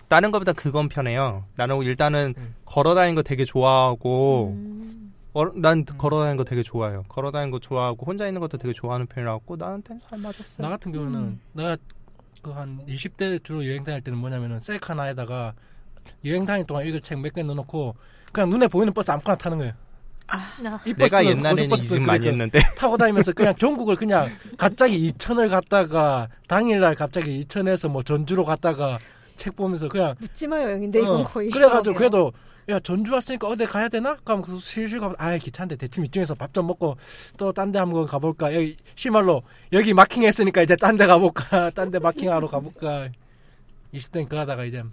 다른 것보다 그건 편해요. 나는 일단은 음. 걸어 다니는 거 되게 좋아하고, 음. 걸- 난 걸어 다니는 거 되게 좋아해요. 걸어 다니는 거 좋아하고 혼자 있는 것도 되게 좋아하는 편이라고 나한테는 잘 맞았어요. 나 같은 경우는 내가 그 한 20대 주로 여행 다닐 때는 뭐냐면은 셀카 하나에다가 여행 다닐 동안 읽을 책 몇 개 넣어놓고 그냥 눈에 보이는 버스 아무거나 타는 거예요. 이 내가 버스는 옛날에는 고속버스도 이집 많이 그렇고 했는데 타고 다니면서 그냥 전국을 그냥 갑자기 이천을 갔다가 당일날 갑자기 이천에서 뭐 전주로 갔다가 책 보면서 그냥 묻지마 여행인데 네, 이건 어, 거의. 그러게요. 그래가지고 그래도 야 전주 왔으니까 어디 가야 되나? 그럼 그 슬슬 가면 아 귀찮대 대충 이쯤에서 밥 좀 먹고 또 딴 데 한번 가볼까 여기 시말로 여기 마킹했으니까 이제 딴 데 가볼까 딴 데 마킹하러 가볼까 20대는 그러다가 이제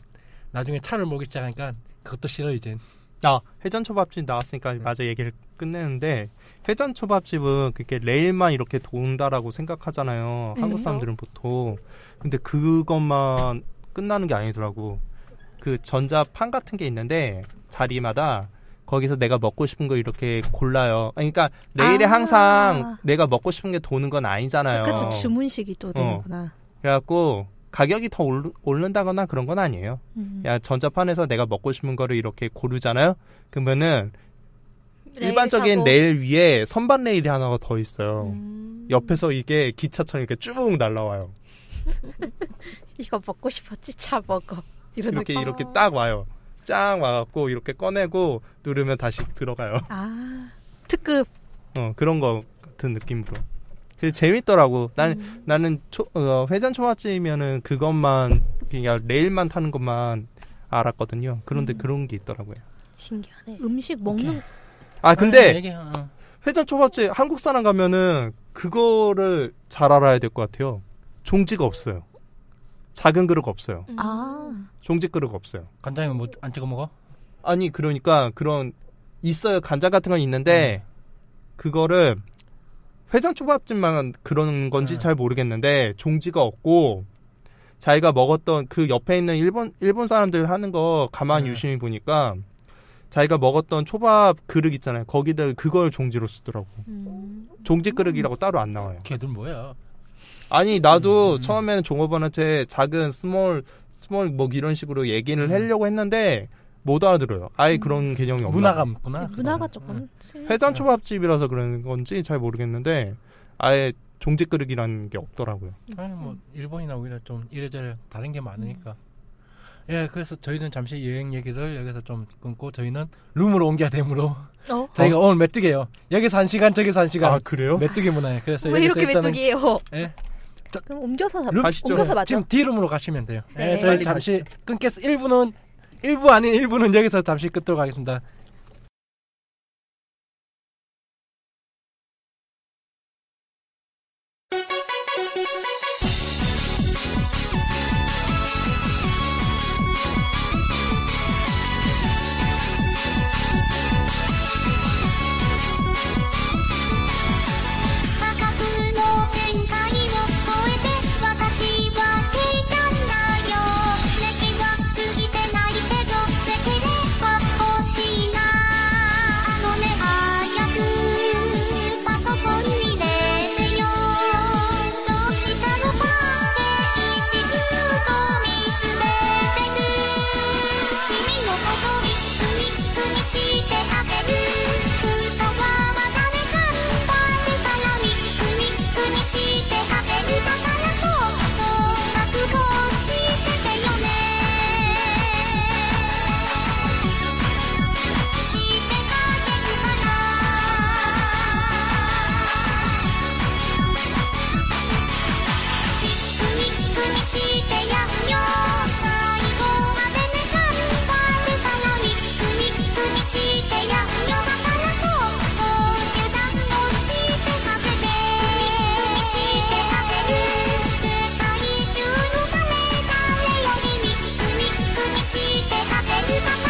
나중에 차를 몰기 시작하니까 그것도 싫어 이제 아, 회전 초밥집 나왔으니까 네. 맞아 얘기를 끝내는데 회전 초밥집은 그게 레일만 이렇게 돈다라고 생각하잖아요. 네. 한국 사람들은 보통. 근데 그것만 끝나는 게 아니더라고. 그 전자판 같은 게 있는데 자리마다 거기서 내가 먹고 싶은 거 이렇게 골라요. 아니, 그러니까 레일에 아. 항상 내가 먹고 싶은 게 도는 건 아니잖아요. 그쵸 주문식이 또 되는구나. 그래갖고 가격이 더 오르- 오른다거나 그런 건 아니에요. 음. 야 전자판에서 내가 먹고 싶은 거를 이렇게 고르잖아요. 그러면은 레일 일반적인 타고. 레일 위에 선반 레일이 하나가 더 있어요. 음. 옆에서 이게 기차처럼 이렇게 쭉 날라와요. 이거 먹고 싶었지 차 먹어. 이런 이렇게 느낌. 그러니까. 이렇게 딱 와요. 짱 와갖고 이렇게 꺼내고 누르면 다시 들어가요. 아 특급. 어 그런 거 같은 느낌으로. 되게 재밌더라고. 난 음. 나는 초, 어, 회전 초밥집이면은 그것만 그냥 레일만 타는 것만 알았거든요. 그런데 그런 게 있더라고요. 음. 신기하네. 음식 먹는 네. 아 근데 어, 얘기해, 어. 회전 초밥집 한국 사람 가면은 그거를 잘 알아야 될 것 같아요. 종지가 없어요. 작은 그릇 없어요. 음. 아 종지 그릇 없어요. 간장에 뭐안 찍어 먹어? 아니 그러니까 그런 있어요 간장 같은 건 있는데 그거를 회전 초밥집만 그런 건지 음. 잘 모르겠는데 종지가 없고 자기가 먹었던 그 옆에 있는 일본 일본 사람들 하는 거 가만히 네. 유심히 보니까 자기가 먹었던 초밥 그릇 있잖아요. 거기다 그걸 종지로 쓰더라고. 종지 그릇이라고 따로 안 나와요. 걔들 뭐야? 아니 나도 음. 처음에는 종업원한테 작은 스몰 스몰 뭐 이런 식으로 얘기를 음. 하려고 했는데 못 알아들어요. 아예 그런 개념이 없나 문화가 봐요. 없구나. 음. 문화가 아, 그거는. 조금 회전 초밥집이라서 그런 건지 잘 모르겠는데 아예 종지 그릇이라는 게 없더라고요. 아니 뭐 음. 일본이나 오히려 좀 이래저래 다른 게 많으니까. 예, 그래서 저희는 잠시 여행 얘기를 여기서 좀 끊고 저희는 룸으로 옮겨야 되므로 어? 저희가 오늘 메뚜기예요. 여기서 한 시간 저기서 한 시간 아 그래요? 메뚜기 문화예요. 그래서 왜 여기서 이렇게 일단은 메뚜기예요? 아, 예, 그럼 옮겨서 잡- 룸? 가시죠. 옮겨서 맞죠? 지금 D 룸으로 가시면 돼요. 네. 예, 저희 빨리 잠시 끊겠어. 1부는 1부 아닌 1부는 여기서 잠시 끊도록 하겠습니다. 「過覚の限界を超えて私は来たんだよ」「歴は過ぎてないけどできれば欲しいな」「あのね早くパソコンに入れてよ」「どうしたのかって一ずっと見つめてる」「耳のことにふみふみしてあげる」「歌はまたねかんだ」「くだらみふみふみしてあげるだからちょっと覚悟しててよね」「してあげるから」「ふみふみしてやんよ」「最後までねがんばるからみふみふみしてやんよ」「だからちょっと油断をしてさせて」「してあげる」「世界中の誰々よりみふみふみしてあげるだから」